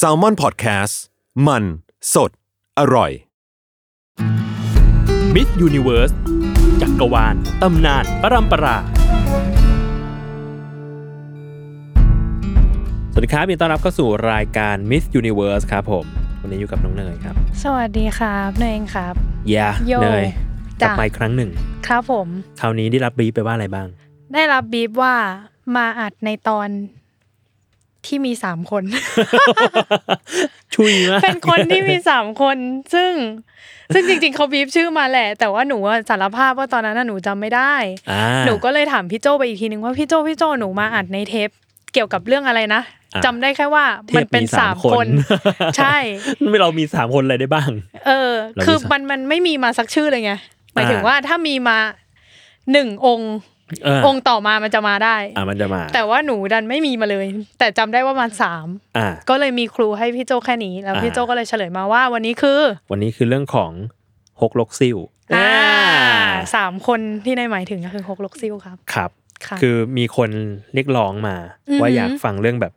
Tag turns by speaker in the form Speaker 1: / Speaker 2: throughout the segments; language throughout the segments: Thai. Speaker 1: s a l m o n PODCAST มัน สด อร่อย
Speaker 2: มิสยูนิเวิร์สจักรวาล ตำนาน ปรัมปรา สวัสดีครับยินดีต้อนรับเข้าสู่รายการ Miss Universe ครับผม วันนี้อยู่กับน้องเนยครับ
Speaker 3: สวัสดีครับเนยเองครับ
Speaker 2: ยา
Speaker 3: โย่
Speaker 2: เนยก
Speaker 3: จ้ะ
Speaker 2: ลับมาอีกครั้งหนึ่ง
Speaker 3: ครับผม
Speaker 2: คราวนี้ได้รับบรีฟไปว่าอะไรบ้าง
Speaker 3: ได้รับบีบว่ามาอัดในตอนที่มีสามคน
Speaker 2: ชุยมาก
Speaker 3: เป็นคนที่มีสามคน ซึ่ง ซึ่งจริง ๆเขาบีบชื่อมาแหละ แต่ว่าหนูอะสารภาพว่าตอนนั้นน่ะหนูจำไม่ได้
Speaker 2: อ่า
Speaker 3: หนูก็เลยถามพี่โจไปอีกทีนึงว่าพี่โจพี่โจหนูมาอัดในเทป เกี่ยวกับเรื่องอะไรนะ
Speaker 2: อ่ะ
Speaker 3: จำได้แค่ว่ามันเป็นสามคน ใช่
Speaker 2: ไม่เรามีสามคนอะไรได้บ้าง
Speaker 3: เออ
Speaker 2: เรา
Speaker 3: คือ
Speaker 2: มีสาม
Speaker 3: มันมันไม่มีมาสักชื่อเลยไงหมายถึง
Speaker 2: อ่า
Speaker 3: ว่าถ้ามีมาหนึ่งองค์
Speaker 2: เออ
Speaker 3: องค์ต่อมามันจะมาได้
Speaker 2: อ่ามันจะมา
Speaker 3: แต่ว่าหนูดันไม่มีมาเลย แต่จำได้ว่ามันสาม
Speaker 2: อ่า
Speaker 3: ก็เลยมีครูให้พี่โจแค่นี้ แล้ว
Speaker 2: อ่า
Speaker 3: พี่โจก็เลยเฉลยมาว่า วันนี้คือ
Speaker 2: วันนี้คือเรื่องของฮกลกซิล
Speaker 3: อ่าสามคนที่ในายหมายถึงก็คือหกลกซิลครับ
Speaker 2: ครับ
Speaker 3: ค่ะ
Speaker 2: คือมีคนเรียกร้องมา
Speaker 3: อือหือ
Speaker 2: ว่าอยากฟังเรื่องแบบ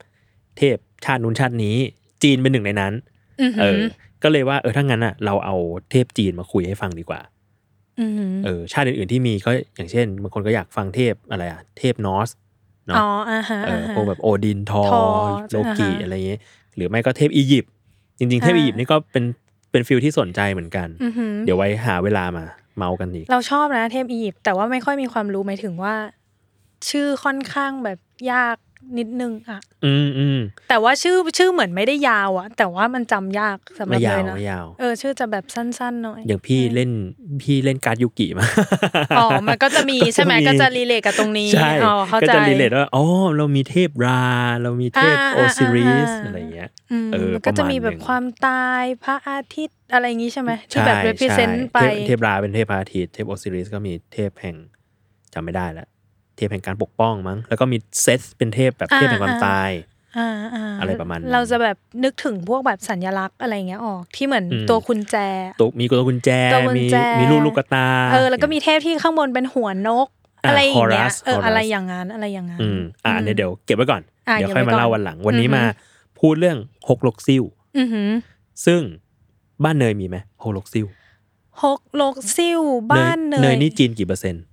Speaker 2: เทพชาตินู้นชาตินี้ จีนเป็นหนึ่งในนั้น
Speaker 3: อหื
Speaker 2: เอ
Speaker 3: อ
Speaker 2: อ ก็เลยว่าเออถ้างั้นอ่ะเราเอาเทพจีนมาคุยให้ฟังดีกว่า
Speaker 3: อือหือ
Speaker 2: เออชาติอื่นๆที่มีก็อย่างเช่นบางคนก็อยากฟังเทพอะไรอ่ะเทพนอร์สเนาะ
Speaker 3: อ๋ออ่าฮะ
Speaker 2: เออ
Speaker 3: ฮะ
Speaker 2: พวกแบบโอดินทอ
Speaker 3: ทอ
Speaker 2: โลกิ
Speaker 3: อ่าฮะ
Speaker 2: อะไรเงี้ยหรือไม่ก็เทพอียิปต์จริง ๆ เทพ
Speaker 3: อ่า
Speaker 2: อียิปต์นี่ก็เป็นเป็นฟิลที่สนใจเหมือนกัน
Speaker 3: อือหือ
Speaker 2: เดี๋ยวไว้หาเวลามาเมากันอีก
Speaker 3: เราชอบนะเทพอียิปต์แต่ว่าไม่ค่อยมีความรู้หมายถึงว่า ชื่อค่อนข้างแบบยากนิดนึงอะ
Speaker 2: อืมอืม
Speaker 3: แต่ว่าชื่อชื่อเหมือนไม่ได้ยาวอะแต่ว่ามันจำยากสำหรับเลย
Speaker 2: ไม่าวน
Speaker 3: นะ
Speaker 2: ไม่ยาว
Speaker 3: เออชื่อจะแบบสั้นๆหน่อย
Speaker 2: อย่างพี่เล่นพี่เล่นการ์ดยูกิมา
Speaker 3: อ๋อ มันก็จะ มีใช่ไหมก็จะรีเลทกับตรงนี้
Speaker 2: ใช่
Speaker 3: อ๋อเข้า
Speaker 2: ก็
Speaker 3: ใจ
Speaker 2: จะรีเลทว่าอ๋อเรามีเทพรา เรามีเทพ
Speaker 3: อ่า
Speaker 2: โอซิริส
Speaker 3: อ่าอ่า
Speaker 2: อะไรเงี้ย
Speaker 3: อืม
Speaker 2: เออ
Speaker 3: มันก็จะมี
Speaker 2: ป
Speaker 3: แบ
Speaker 2: ระมาณหนึ่
Speaker 3: บ
Speaker 2: ง
Speaker 3: ความตายพระอาทิตย์อะไรอย่างงี้ใช่ไหมที่แบบ
Speaker 2: ใช่
Speaker 3: represent
Speaker 2: ใช่
Speaker 3: ไป
Speaker 2: เทพเทพราเป็นเทพพระอาทิตย์เทพโอซิริสก็มีเทพแห่งจำไม่ได้ละเทพแห่งการปกป้องมั้ง แล้วก็มีเซธเป็นเทพแบบ
Speaker 3: อ่า
Speaker 2: เทพแห่งความ
Speaker 3: อ่า
Speaker 2: ตาย
Speaker 3: อ่าอ่า
Speaker 2: อะไรประมาณนั้น
Speaker 3: เราจะแบบนึกถึงพวกแบบสัญลักษณ์อะไรอย่างเงี้ยออกที่เหมือน
Speaker 2: อืม
Speaker 3: ตัวคุณแจ
Speaker 2: ตัวมีตัวกุญแจ
Speaker 3: ตัวกุญ
Speaker 2: มี
Speaker 3: แจ
Speaker 2: มีลูกลูกตา
Speaker 3: เออแล้วก็มีเทพที่ข้างบนเป็นหัวนก
Speaker 2: อ่า
Speaker 3: อะไรอย่างเงี้ย
Speaker 2: Horus
Speaker 3: เออ
Speaker 2: Horus
Speaker 3: อะไรอย่างงั้นอะไรอย่างงั้น
Speaker 2: อืมอ่าเดี๋ยวเดี๋ยวเก็บไว้ก่อน
Speaker 3: อ่ะ
Speaker 2: เดี๋ยวค่อย
Speaker 3: เก็บไว้
Speaker 2: มาเล่า
Speaker 3: ก่
Speaker 2: วั
Speaker 3: อน
Speaker 2: นหลัง วันนี้
Speaker 3: อือฮึ
Speaker 2: มาพูดเรื่องฮกลกซิล
Speaker 3: อือหือ
Speaker 2: ซึ่งบ้านเนยมีไหมฮกลกซิล
Speaker 3: ฮกโลกซิ่วบ้านเนย
Speaker 2: เนยนี่จีนกี่เปอร์เซ็นต์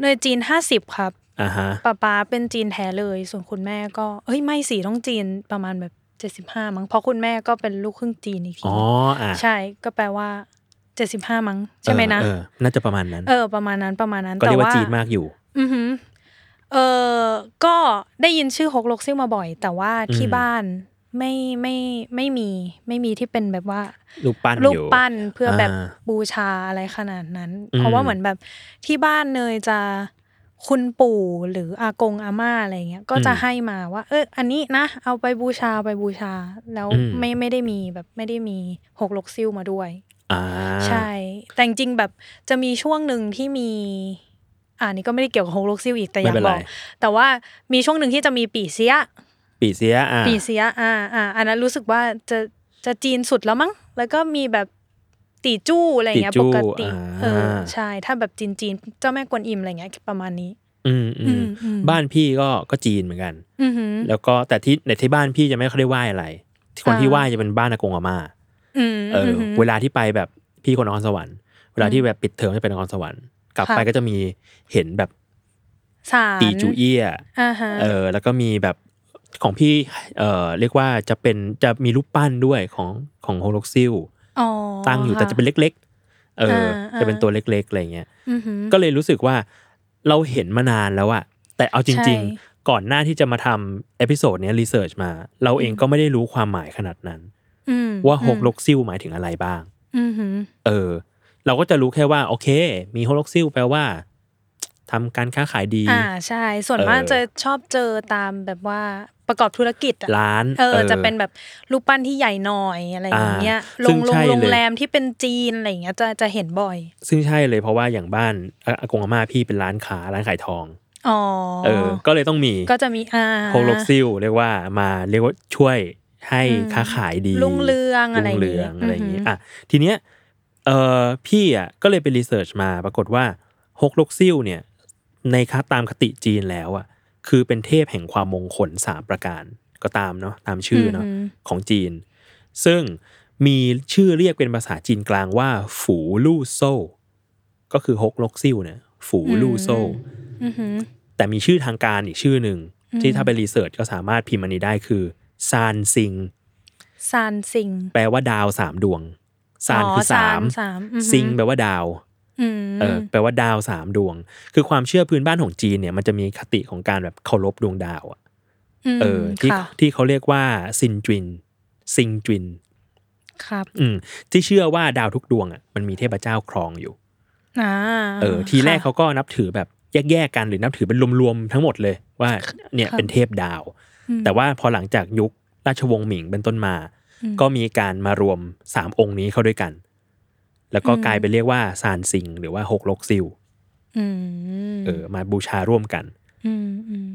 Speaker 3: เนยจีนห้าสิบครับ
Speaker 2: อ่าฮะ
Speaker 3: ป้าป๊าเป็นจีนแท้เลย ส่วนคุณแม่ก็เอ้ยไม่สิต้องจีนประมาณแบบเจ็ดสิบห้ามั้งเพราะคุณแม่ก็เป็นลูกครึ่งจีนอีกที
Speaker 2: อ๋ออ่ะ
Speaker 3: ใช่ก็แปลว่าเจ็ดสิบห้ามั้งใช่ไหมนะ
Speaker 2: เออเออน่าจะประมาณนั้น
Speaker 3: เออ ประมาณนั้นประมาณนั้น
Speaker 2: ก็เรีย
Speaker 3: แต่
Speaker 2: กว่า
Speaker 3: ว่า
Speaker 2: จีนมากอยู่
Speaker 3: อือหือเออก็ได้ยินชื่อฮกลกซิ่วมาบ่อย แต่ว่าที่
Speaker 2: อืม
Speaker 3: บ้านไม่ไม่ไม่มีไม่มีที่เป็นแบบว่า
Speaker 2: รูปปั้น
Speaker 3: รูป
Speaker 2: อยู่
Speaker 3: ปั้นเพื่อแบบ
Speaker 2: อ่า
Speaker 3: บูชาอะไรขนาดนั้น
Speaker 2: อืม
Speaker 3: เพราะว่าเหมือนแบบที่บ้านเนยจะคุณปู่หรืออากงอาม่าอะไรเงี้ยก็จะให้มาว่า เอออันนี้นะเอาไปบูชาเอาไปบูชา แล้วไม่ไม่ได้มีแบบไม่ได้มีหกลกซิ่วมาด้วย
Speaker 2: อ่า
Speaker 3: ใช่ แต่จริงๆแบบจะมีช่วงหนึ่งที่มี อ่านี่ก็ไม่ได้เกี่ยวกับโฮโลกซิลอีกแต่อ
Speaker 2: ไม่
Speaker 3: ยาก
Speaker 2: เป็น
Speaker 3: บ
Speaker 2: ไร
Speaker 3: อก แต่ว่ามีช่วงหนึ่งที่จะมีปีเสีย
Speaker 2: ปีเสียอ่า
Speaker 3: ปีเสีย อ่าอ่าอันนั้นรู้สึกว่าจะจะจีนสุดแล้วมั้ง แล้วก็มีแบบตีจู้อะไรอย่างเงี้ยปกติ
Speaker 2: อ่า
Speaker 3: เออ ใช่ ถ้าแบบจีนจีนๆเจ้าแม่กวนอิมอะไรอย่างเงี้ยประมาณนี้
Speaker 2: อืมอื
Speaker 3: อื
Speaker 2: ม
Speaker 3: มอืม
Speaker 2: บ้านพี่ก็ก็จีนเหมือนกัน
Speaker 3: อือหือ
Speaker 2: แล้วก็แต่ที่ในที่บ้านพี่จะไม่ค่อยได้ไหว้อะไร ที่คน
Speaker 3: อ่า
Speaker 2: ที่ไหว้จะเป็นบ้านอากงอาม่า
Speaker 3: อืม
Speaker 2: เออ
Speaker 3: อ
Speaker 2: อ
Speaker 3: หือ
Speaker 2: เวลาที่ไปแบบพี่คนนครสวรรค์เวลาที่แบบปิดเทอมจะเป็นนครสวรรค์กลับ
Speaker 3: ค่ะ
Speaker 2: ไปก็จะมีเห็นแบบ
Speaker 3: สาร
Speaker 2: ตีจูเอี้ย
Speaker 3: อ่าฮะ
Speaker 2: เออแล้วก็มีแบบของพี่เออเรียกว่าจะเป็นจะมีรูปปั้นด้วยของของโฮโลกซิล
Speaker 3: อ๋อ
Speaker 2: ตั้งอยู่แต่จะเป็น
Speaker 3: ค่
Speaker 2: เล็ก ๆ เอออา จะเป็นตัวเล็กๆอะไรเงี้ย
Speaker 3: อือหือ
Speaker 2: ก็เลยรู้สึกว่าเราเห็นมานานแล้วอะแต่เอาจริง
Speaker 3: ใช่
Speaker 2: ๆ ก่อนหน้าที่จะมาทำเอพิโซดเนี้ยรีเสิร์ชมา เราเองก็ไม่ได้รู้ความหมายขนาดนั้น
Speaker 3: อืม
Speaker 2: ว่า
Speaker 3: อืม
Speaker 2: โฮโลกซิลหมายถึงอะไรบ้าง
Speaker 3: อือหือ
Speaker 2: เออ เราก็จะรู้แค่ว่า โอเค มีโฮโลกซิลแปลว่า ทำการค้าขายดี
Speaker 3: อ่าใช่ ส่วนมาก
Speaker 2: เออ
Speaker 3: จะชอบเจอตามแบบว่าประกอบธุรกิจอะ
Speaker 2: ร้าน
Speaker 3: เออจะเป็นแบบรูปปั้นที่ใหญ่หน่อยอะไรอย่างเงี้ย
Speaker 2: อ่า
Speaker 3: ล
Speaker 2: ซึ่
Speaker 3: ง
Speaker 2: ง
Speaker 3: ล
Speaker 2: ใช่
Speaker 3: ง
Speaker 2: เลย
Speaker 3: โรงแรมที่เป็นจีนอะไรอย่างเงี้ยจะจะเห็นบ่อย
Speaker 2: ซึ่งใช่เลยเพราะว่าอย่างบ้านอ่ะอากงอาม่าพี่เป็นร้านค้าร้านขายทอง
Speaker 3: อ๋อ
Speaker 2: เออ ก็เลยต้องมี
Speaker 3: ก็จะมีอ่า
Speaker 2: โฮลบซิลเรียกว่ามาเรียกว่าช่วยให้
Speaker 3: อืม
Speaker 2: ค้าขายดี
Speaker 3: รุ่งเรืองอะไรอย่าง
Speaker 2: รุ่
Speaker 3: งี้
Speaker 2: เรืองอะไรอย่างงี้
Speaker 3: อือหือ
Speaker 2: อ
Speaker 3: อ่
Speaker 2: ่ะทีเนี้ยเออพี่อ่ะก็เลยไปรีเสิร์ชมาปรากฏว่าฮกลกซิลเนี่ยในคาตามคติจีนแล้วอ่ะคือเป็นเทพแห่งความมงคลสามประการก็ตามเนาะตามชื่อเนาะ
Speaker 3: ม
Speaker 2: ของจีน ซึ่งมีชื่อเรียกเป็นภาษาจีนกลางว่า ฝูลู่โซ่ก็คือฮกลกซิ่วเนี่ยฝูลู่โซ่
Speaker 3: อือหือ
Speaker 2: แต่มีชื่อทางการอีกชื่อหนึ่ง
Speaker 3: อืม
Speaker 2: ที่ถ้าไปรีเสิร์ชก็สามารถพิมพ์อันนี้ได้คือซานซิง
Speaker 3: ซานซิง
Speaker 2: แปลว่าดาวสามดวงซาน
Speaker 3: อ๋อ
Speaker 2: คือสาม
Speaker 3: ซานสามอือหือ
Speaker 2: ซิงแปลว่าดาว
Speaker 3: อืม
Speaker 2: เออแปลว่าดาวสามดวง คือความเชื่อพื้นบ้านของจีนเนี่ยมันจะมีคติของการแบบเคารพดวงดาวอะ
Speaker 3: ม
Speaker 2: เออที่
Speaker 3: ค่ะ
Speaker 2: ที่เขาเรียกว่าซินจินซิงจิน
Speaker 3: ครับ
Speaker 2: อืมที่เชื่อว่าดาวทุกดวงอ่ะมันมีเทพเจ้าครองอยู่
Speaker 3: อ่า
Speaker 2: เออ ทีแรก
Speaker 3: ค่ะ
Speaker 2: เขาก็นับถือแบบแยกๆกันหรือนับถือเป็นรวมๆทั้งหมดเลยว่าเนี่ย
Speaker 3: ครับ
Speaker 2: เป็นเทพดาว
Speaker 3: อืม
Speaker 2: แต่ว่าพอหลังจากยุคราชวงศ์หมิงเป็นต้นมา
Speaker 3: อืม
Speaker 2: ก็มีการมารวมสามองค์นี้เข้าด้วยกัน แล้วก็
Speaker 3: อืม
Speaker 2: กลายไปเรียกว่าซานซิง หรือว่าหกลกซิล
Speaker 3: อืม
Speaker 2: เออมาบูชาร่วมกัน
Speaker 3: อืมอืม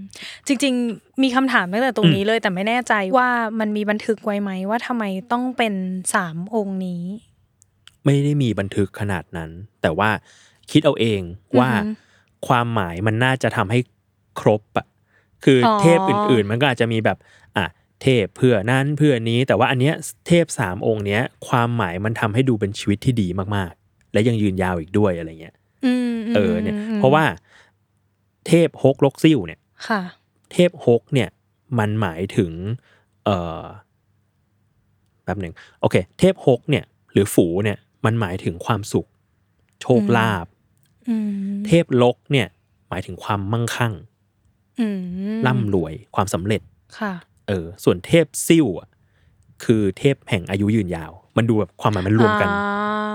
Speaker 3: จริง ๆ มีคำถามตั้งแต่ตรงนี้เลย แต่ไม่แน่ใจว่ามันมีบันทึกไว้ไหมว่าทำไมต้องเป็นสามองค์นี้
Speaker 2: ไม่ได้มีบันทึกขนาดนั้น แต่ว่าคิดเอาเองว่า
Speaker 3: อือหือ
Speaker 2: ความหมายมันน่าจะทำให้ครบอะคืออ
Speaker 3: อ
Speaker 2: เทพอื่นๆ มันก็อาจจะมีแบบอ่ะเทพเพื่อนั้นเพื่อนี้ แต่ว่าอันเนี้ยเทพสามองค์เนี้ยความหมายมันทำให้ดูเป็นชีวิตที่ดีมากๆ และยังยืนยาวอีกด้วยอะไรเงี้ย
Speaker 3: อืมม
Speaker 2: เออเนี่ย
Speaker 3: ม
Speaker 2: เพราะว่าเทพฮกลกซิ่วเนี่ย
Speaker 3: ค่ะ
Speaker 2: เทพฮกเนี่ยมันหมายถึงเอ่อแป๊บหนึ่งโอเค เทพฮกเนี่ย หรือฝูเนี่ยมันหมายถึงความสุข โชคลาภ
Speaker 3: อืม
Speaker 2: เทพลกเนี่ยหมายถึงความมั่งคั่ง
Speaker 3: อืม
Speaker 2: ร่ำรวยความสำเร็จ
Speaker 3: ค่ะ
Speaker 2: เออ ส่วนเทพซิ่วอะคือเทพแห่งอายุยืนยาว มันดูแบบความหมายมันรวมกัน
Speaker 3: อ่า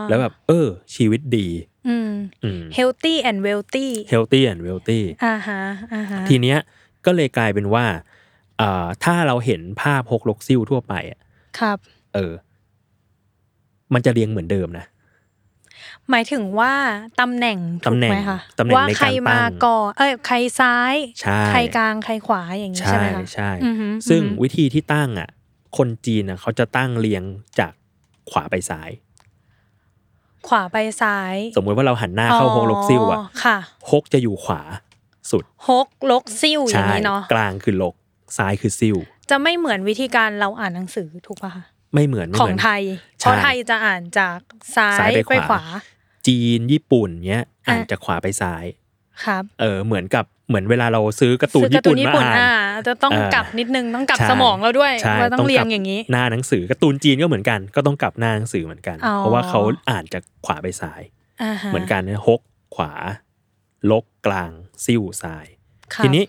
Speaker 2: แล้วแบบเออ ชีวิตดี
Speaker 3: อืม
Speaker 2: อืม
Speaker 3: healthy and wealthy
Speaker 2: healthy and wealthy
Speaker 3: อ่าฮะอ่าฮะ
Speaker 2: ทีเนี้ยก็เลยกลายเป็นว่าเอ่อถ้าเราเห็นภาพฮกลกซิ่วทั่วไปอะ
Speaker 3: ครับ
Speaker 2: เออ มันจะเรียงเหมือนเดิมนะ
Speaker 3: หมายถึงว่าตำแหน่งถูก
Speaker 2: ตำแหน่ง
Speaker 3: ไมคะ
Speaker 2: ตำแหน่ง
Speaker 3: ว่า
Speaker 2: ในการ
Speaker 3: ใครมา
Speaker 2: ตั้ง
Speaker 3: ก่อนเอ้ยใครซ้าย
Speaker 2: ใช่
Speaker 3: ใครกลางใครขวาอย่างนี้ใช่
Speaker 2: ใช่
Speaker 3: ไหมคะ
Speaker 2: ใช่
Speaker 3: อือฮึ
Speaker 2: ซึ่ง
Speaker 3: อือฮึ
Speaker 2: วิธีที่ตั้งอ่ะ คนจีนนะเขาจะตั้งเรียงจากขวาไปซ้าย
Speaker 3: ขวาไปซ้าย
Speaker 2: สมมุติว่าเราหันหน้าเข้าฮกลกซิ่วอ่ะ
Speaker 3: ค่ะ
Speaker 2: ฮกจะอยู่ขวาสุด
Speaker 3: ฮกลกซิ่วอย่าง
Speaker 2: ใช่
Speaker 3: นี้เนาะ
Speaker 2: กลางคือลก ซ้ายคือซิ่ว
Speaker 3: จะไม่เหมือนวิธีการเราอ่านหนังสือถูกป่ะคะ
Speaker 2: ไม่เหมือนไม่
Speaker 3: ขอ
Speaker 2: เห
Speaker 3: ง
Speaker 2: มือน
Speaker 3: ไทย
Speaker 2: ใช่
Speaker 3: เพราะไทยจะอ่านจากซ้า
Speaker 2: ซ้าย ย
Speaker 3: ไป
Speaker 2: ไป
Speaker 3: ข
Speaker 2: ข
Speaker 3: วา
Speaker 2: วา จีนญี่ปุ่นเนี้ยอ่าน
Speaker 3: อ่ะ
Speaker 2: จากขวาไปซ้าย
Speaker 3: ครับ
Speaker 2: เออเหมือนกับเหมือนเวลาเราซื้อการ์ตูน
Speaker 3: ซื้อ
Speaker 2: ญี่ปุ่นมา
Speaker 3: อ่า
Speaker 2: อ่าน
Speaker 3: จะต้อง
Speaker 2: เออก
Speaker 3: ลับนิดนึงต้องกลับ
Speaker 2: ใช่
Speaker 3: สมองเราด้วย
Speaker 2: ใช่
Speaker 3: ว่าต้องเรียง
Speaker 2: ต้องกลับ
Speaker 3: อย่างนี้
Speaker 2: หน้าหนังสือการ์ตูนจีนก็เหมือนกันก็ต้องกลับหน้าหนังสือเหมือนกัน
Speaker 3: อ๋อ
Speaker 2: เพราะว่าเขาอ่านจากขวาไปซ้าย
Speaker 3: อ่าฮะ
Speaker 2: เหมือนกันนะฮกขวา ลกกลางซิ่วซ้าย
Speaker 3: ครับ
Speaker 2: ทีนี้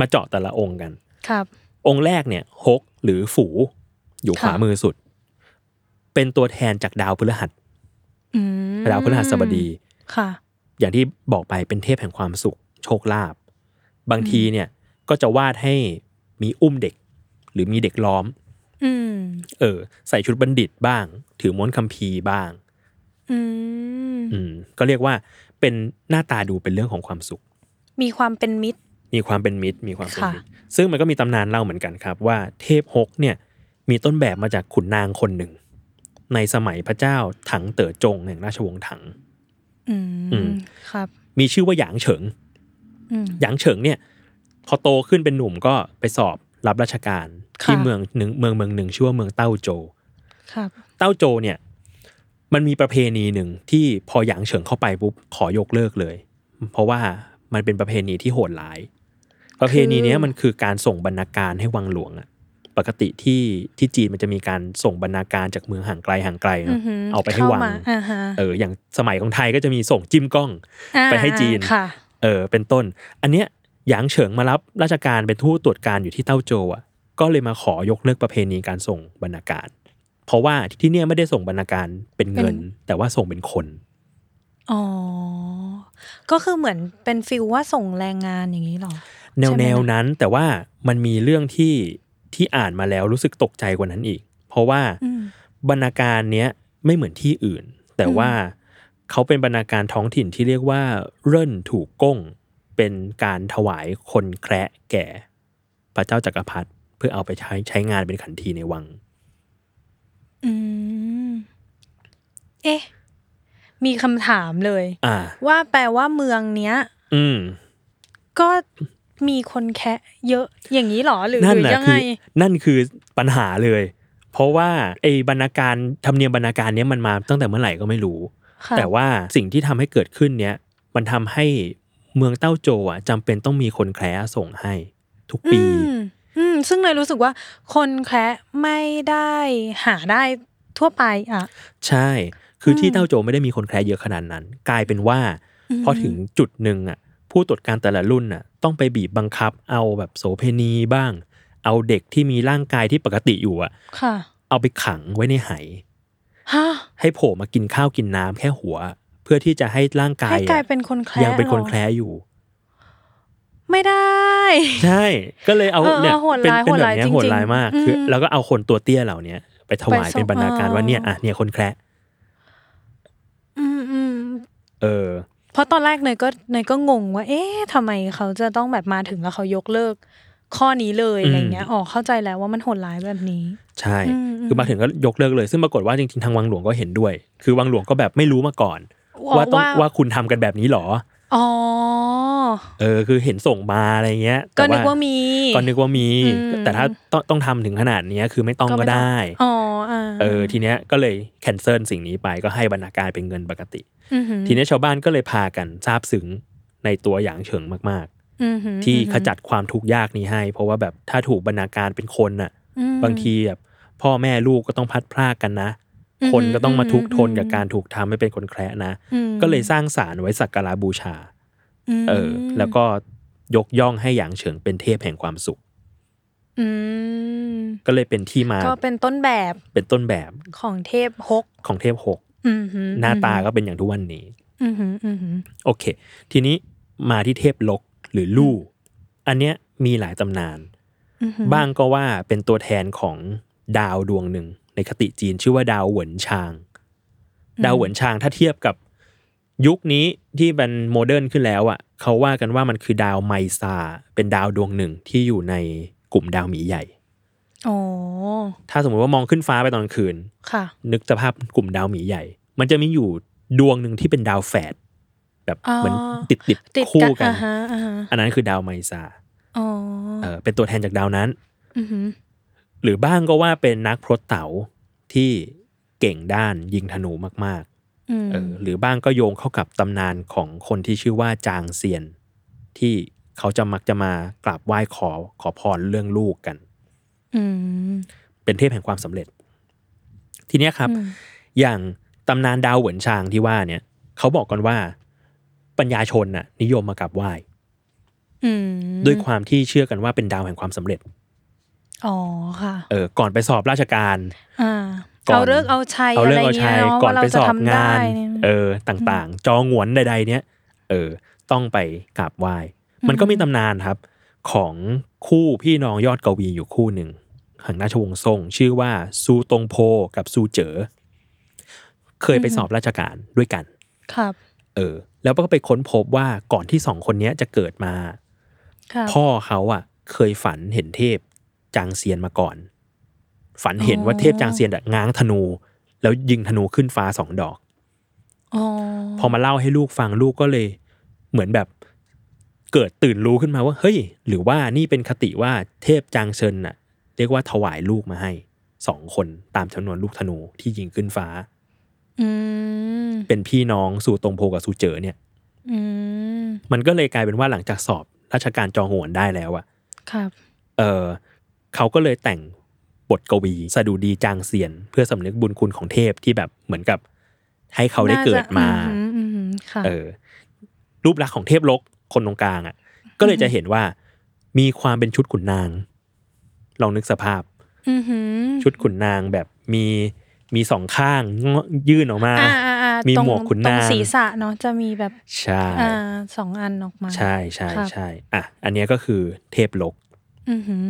Speaker 2: มาเจาะแต่ละองค์กัน
Speaker 3: ครับ
Speaker 2: องค์แรกเนี่ยฮกหรือฝูอยู่ขวา
Speaker 3: ค่ะ
Speaker 2: มือสุด เป็นตัวแทนจากดาวพฤหัส
Speaker 3: อืม
Speaker 2: ดาวพฤหัสบดี
Speaker 3: ค่ะ
Speaker 2: อย่างที่บอกไปเป็นเทพแห่งความสุข โชคลาภบางทีเนี่ยก็จะวาดให้มีอุ้มเด็ก หรือมีเด็กล้อม
Speaker 3: อืม
Speaker 2: เออ ใส่ชุดบัณฑิตบ้าง ถือม้วนคัมภีร์บ้าง
Speaker 3: อืม
Speaker 2: อืม ก็เรียกว่าเป็นหน้าตาดูเป็นเรื่องของความสุข
Speaker 3: มีความเป็นมิตร
Speaker 2: มีความเป็นมิตร มีความเป็นมิตร
Speaker 3: ค่ะ
Speaker 2: ซึ่งมันก็มีตำนานเล่าเหมือนกันครับ ว่าเทพฮกเนี่ย มีต้นแบบมาจากขุนนางคนหนึ่ง ในสมัยพระเจ้าถังเต๋อจงแห่งราชวงศ์ถัง
Speaker 3: อื
Speaker 2: อื
Speaker 3: ม
Speaker 2: ม
Speaker 3: ครับ
Speaker 2: มีชื่อว่าหยางเฉิง
Speaker 3: อืม
Speaker 2: หยางเฉิงเนี่ย พอโตขึ้นเป็นหนุ่มก็ไปสอบรับราชการ
Speaker 3: ค่ะ
Speaker 2: ที่เมืองหนึ่งเมืองเมืองหนึ่งชื่อว่าเมืองเต้าโจ
Speaker 3: ครับ
Speaker 2: เต้าโจเนี่ยมันมีประเพณีหนึ่งที่พอหยางเฉิงเข้าไปปุ๊บขอยกเลิกเลย เพราะว่ามันเป็นประเพณีที่โหดร้าย ประเพณีเนี้ยมันคือการส่งบรรณาการให้วังหลวงอะปกติที่ที่จีนมันจะมีการส่งบรรณาการจากเมืองห่างไกลห่างไกล
Speaker 3: อื
Speaker 2: เนาะ
Speaker 3: อหือ
Speaker 2: เอาไปให้วัง
Speaker 3: เข้ามาอ่าฮะ
Speaker 2: เอออย่างสมัยของไทยก็จะมีส่งจิ้มกล้อง
Speaker 3: อ่า
Speaker 2: ไปให้จีน
Speaker 3: ค่ะ
Speaker 2: เออเป็นต้น อันเนี้ยหยางเฉิงมารับราชการเป็นทูตตรวจการอยู่ที่เต้าโจวอ่ะก็เลยมาขอยกเลิกประเพณีการส่งบรรณาการ เพราะว่าที่เนี่ยไม่ได้ส่งบรรณาการเป็นเงิน แต่ว่าส่งเป็นคน
Speaker 3: อ๋อ ก็คือเหมือนเป็นฟิลว่าส่งแรงงานอย่างนี้เหรอ
Speaker 2: แนว
Speaker 3: ใช่ไหม
Speaker 2: แนว
Speaker 3: นะ
Speaker 2: นั้นแต่ว่ามันมีเรื่องที่ที่อ่านมาแล้วรู้สึกตกใจกว่านั้นอีก เพราะว่า
Speaker 3: อืม
Speaker 2: บรรณาการเนี้ยไม่เหมือนที่อื่น แต่
Speaker 3: อืม
Speaker 2: ว่าเขาเป็นบรรณาการท้องถิ่นที่เรียกว่าเริ่นถูกก้ง เป็นการถวายคนแคระแก่ พระเจ้าจักรพรรดิเพื่อเอาไปใช้ใช้งานเป็นขันทีในวัง
Speaker 3: อืม เอ๊ะ มีคำถามเลย
Speaker 2: อ่า
Speaker 3: ว่าแปลว่าเมืองเนี้ย
Speaker 2: อืม
Speaker 3: ก็มีคนแคะเยอะอย่างนี้เหรอหรือ
Speaker 2: นั่
Speaker 3: ห
Speaker 2: น
Speaker 3: รือ
Speaker 2: นะ
Speaker 3: ยัง
Speaker 2: คื
Speaker 3: ไง
Speaker 2: อนั่นคือปัญหาเลย เพราะว่าไอ้บรรณาการธรรมเนียมบรรณาการเนี้ยมันมาตั้งแต่เมื่อไหร่ก็ไม่รู้
Speaker 3: ค่ะ
Speaker 2: แต่ว่าสิ่งที่ทำให้เกิดขึ้นเนี้ยมันทำให้เมืองเต้าโจวอะจำเป็นต้องมีคนแคร์ส่งให้ทุกปี
Speaker 3: อืม อืม ซึ่งเลยรู้สึกว่า คนแคะไม่ได้หาได้ทั่วไปอ่ะ
Speaker 2: ใช่ คืออ
Speaker 3: ม
Speaker 2: ที่เต้าโจวไม่ได้มีคนแคร์เยอะขนาดนั้น กลายเป็นว่า พอถึงจุดหนึ่งอ่ะผู้ตรวจการแต่ละรุ่นอ่ะต้องไปบีบบังคับเอาแบบโสเพณีบ้าง เอาเด็กที่มีร่างกายที่ปกติอยู่อ่ะ
Speaker 3: ค่ะ
Speaker 2: เอาไปขังไว้ในไห
Speaker 3: ฮะ
Speaker 2: ให้โผล่มากินข้าวกินน้ำแค่หัว เพื่อที่จะให้ร่างกาย
Speaker 3: ให้
Speaker 2: อะ
Speaker 3: กลายเป็นคนแคะ
Speaker 2: ยังเป็นคน
Speaker 3: หรอ
Speaker 2: แคร์อยู่
Speaker 3: ไม่ได้
Speaker 2: ใช่ ก็เลยเอา
Speaker 3: เออเออ
Speaker 2: เนี่ย
Speaker 3: โหด
Speaker 2: เป็น
Speaker 3: ร้าย
Speaker 2: เป็นแบบเนี้ย
Speaker 3: โห
Speaker 2: โห
Speaker 3: ด
Speaker 2: ด
Speaker 3: ร้ายจริงๆ
Speaker 2: ร้ายมากคืออ
Speaker 3: ม
Speaker 2: แล้วก็เอาคนตัวเตี้ยเหล่าเนี้ยไปถวาย
Speaker 3: ไปส่ง
Speaker 2: เป็นบรรณาการ
Speaker 3: เออ
Speaker 2: ว่าเนี่ยอ่ะเนี่ยคนแคระ
Speaker 3: อืมอืม
Speaker 2: เออ
Speaker 3: เพราะตอนแรกเนยก็เนยก็งงว่า เอ๊ะทำไมเขาจะต้องแบบมาถึงแล้วเขายกเลิก ข้อนี้เลยอะไรเงี้ย
Speaker 2: อืม
Speaker 3: อ๋อเข้าใจแล้วว่ามันโหดร้ายแบบนี้
Speaker 2: ใช่
Speaker 3: อืม
Speaker 2: คือมาถึงก็ยกเลิกเลย ซึ่งปรากฏว่าจริงๆทางวังหลวงก็เห็นด้วย คือวังหลวงก็แบบไม่รู้มาก่อน ว่าต้องว่าคุณทำกันแบบนี้เหรอ
Speaker 3: อ๋อ
Speaker 2: เออ คือเห็นส่งมาอะไรเงี้ย
Speaker 3: ก็
Speaker 2: แต่
Speaker 3: นึกว่ามี
Speaker 2: ก็นึกว่ามี
Speaker 3: อืม
Speaker 2: แต่ถ้าต้องต้องทำถึงขนาดเนี้ยคือไม่ต้องก็ได้
Speaker 3: อ๋ออ่า
Speaker 2: เออทีเนี้ยก็เลยแคนเซิลสิ่งนี้ไปก็ให้บรรณาการเป็นเงินปกติ
Speaker 3: อือหือ
Speaker 2: ทีเนี้ยชาวบ้านก็เลยพากันซาบซึ้งในตัวอย่างเฉิงมาก
Speaker 3: อือหือ
Speaker 2: ๆ ที่
Speaker 3: อือหือ
Speaker 2: ขจัดความทุกข์ยากนี้ให้ เพราะว่าแบบถ้าถูกบรรณาการเป็นคนน่ะ
Speaker 3: อืม
Speaker 2: บางทีแบบพ่อแม่ลูกก็ต้องพลัดพรากกันนะ
Speaker 3: อืม
Speaker 2: คนก็ต้องมาทุกข์ทน
Speaker 3: อืม
Speaker 2: กับการถูกทำให้เป็นคนแคระนะ
Speaker 3: อืม
Speaker 2: ก็เลยสร้างสารไว้สักการะบูชา
Speaker 3: ม
Speaker 2: เออ แล้วก็ยกย่องให้หยางเฉิงเป็นเทพแห่งความสุข
Speaker 3: อืม
Speaker 2: ก็เลยเป็นที่มา
Speaker 3: ก็เป็นต้นแบบ
Speaker 2: เป็นต้นแบบ
Speaker 3: ของเทพฮก
Speaker 2: ของเทพหก
Speaker 3: อือหือ
Speaker 2: หน้าตาก็เป็นอย่างทุกวันนี้
Speaker 3: อือหืออือหือ
Speaker 2: โอเค ทีนี้มาที่เทพลกหรือลู่ อันเนี้ยมีหลายตำนาน
Speaker 3: อือหือ
Speaker 2: บ้างก็ว่าเป็นตัวแทนของดาวดวงหนึ่ง ในคติจีนชื่อว่าดาวเหวินชาง ดาวเหวินชางถ้าเทียบกับยุคนี้ที่เป็นโมเดิร์นขึ้นแล้วอะ่ะเขาว่ากันว่ามันคือดาวไมซา เป็นดาวดวงหนึ่งที่อยู่ในกลุ่มดาวหมีใหญ่
Speaker 3: อ๋อ
Speaker 2: ถ้าสมมติว่ามองขึ้นฟ้าไปตอนกลางคืน
Speaker 3: ค่ะ
Speaker 2: นึกสภาพกลุ่มดาวหมีใหญ่ มันจะมีอยู่ดวงหนึ่งที่เป็นดาวแฝดแบบเหมือนติดติดๆ
Speaker 3: ติด
Speaker 2: คู่กัน
Speaker 3: อ่าฮะอ่าฮะ
Speaker 2: อันนั้นคือดาวไมซา
Speaker 3: อ๋อ
Speaker 2: เออเป็นตัวแทนจากดาวนั้น
Speaker 3: อือหือ
Speaker 2: หรือบ้างก็ว่าเป็นนักพรตเต๋าที่เก่งด้านยิงธนูมาก
Speaker 3: อืม
Speaker 2: ๆเออหรือบ้างก็โยงเข้ากับตำนานของคนที่ชื่อว่าจางเซียน ที่เขาจะมักจะมากราบไหว้ขอขอพรเรื่องลูกกัน
Speaker 3: อืม
Speaker 2: เป็นเทพแห่งความสำเร็จ ทีเนี้ยครับ
Speaker 3: อืม
Speaker 2: อย่างตำนานดาวเหวินชางที่ว่าเนี่ยเขาบอกกันว่าปัญญาชนน่ะนิยมมากราบไหว้
Speaker 3: อืม
Speaker 2: ด้วยความที่เชื่อกันว่าเป็นดาวแห่งความสำเร็จ
Speaker 3: อ๋อค่ะ
Speaker 2: เออก่อนไปสอบราชการ
Speaker 3: อ่า
Speaker 2: ก่อน
Speaker 3: เอาเลิกษ์เอาชัย
Speaker 2: เอาเรื่องเอา
Speaker 3: ะไร
Speaker 2: ชัย
Speaker 3: เงี้ยเนะ
Speaker 2: ก่อน
Speaker 3: ว่าเรา
Speaker 2: ไป
Speaker 3: จะ
Speaker 2: สอบ
Speaker 3: ทำได้
Speaker 2: งาน
Speaker 3: เนี่ย
Speaker 2: เออต่างๆ จองหวนใดๆ เนี้ยเออต้องไปกราบไหว้
Speaker 3: อืม
Speaker 2: มันก็มีตำนานครับ ของคู่พี่น้องยอดกวีอยู่คู่หนึ่งแห่งราชวงศ์ซ่งชื่อว่าซูตงโพกับซูเจ๋อเคยไปสอบราชการด้วยกัน
Speaker 3: ครับ
Speaker 2: เออ แล้วก็ไปค้นพบว่าก่อนที่สองคนเนี้ยจะเกิดมา
Speaker 3: ครับ
Speaker 2: พ่อเขาอ่ะ เคยฝันเห็นเทพจางเซียนมาก่อน ฝันเห็น
Speaker 3: อ๋อ
Speaker 2: ว่าเทพจางเซียนอะง้างธนู แล้วยิงธนูขึ้นฟ้าสองดอก
Speaker 3: อ๋อ
Speaker 2: พอมาเล่าให้ลูกฟังลูกก็เลย เหมือนแบบ เกิดตื่นรู้ขึ้นมาว่า เฮ้ย หรือว่านี่เป็นคติว่าเทพจางเซินน่ะ เรียกว่าถวายลูกมาให้สองคนตามจำนวนลูกธนูที่ยิงขึ้นฟ้า
Speaker 3: อืม
Speaker 2: เป็นพี่น้องสู่ตรงโพกับสู่เจอเนี่ย
Speaker 3: อืม
Speaker 2: มันก็เลยกลายเป็นว่าหลังจากสอบราชการจองโหวนได้แล้วอะ
Speaker 3: ครับ
Speaker 2: เออเขาก็เลยแต่งบทกวีสดุดีจางเซียน เพื่อสำนึกบุญคุณของเทพที่แบบเหมือนกับ ให้เขาได้เกิดมา
Speaker 3: น่จะอืมอืมอืมค่ะ
Speaker 2: เออรูปลักษณ์ของเทพลกคนตรงกลางอะ่ะ ก็เลยจะเห็นว่ามีความเป็นชุดขุนนาง ลองนึกสภาพ
Speaker 3: อหือ
Speaker 2: ชุดขุนนางแบบมีมีสองข้างงอยื่นออกมา
Speaker 3: อ่าอ่าอ่า
Speaker 2: มี
Speaker 3: ตรง
Speaker 2: หมวกขุน
Speaker 3: ตร
Speaker 2: นาง ง
Speaker 3: ศีรษะเนาะจะมีแบบ
Speaker 2: ใช่
Speaker 3: อ่าสองอันออกมา
Speaker 2: ใช่ใช่
Speaker 3: ครับ
Speaker 2: ใช่อ่ะอันเนี้ยก็คือเทพลก
Speaker 3: อือหือ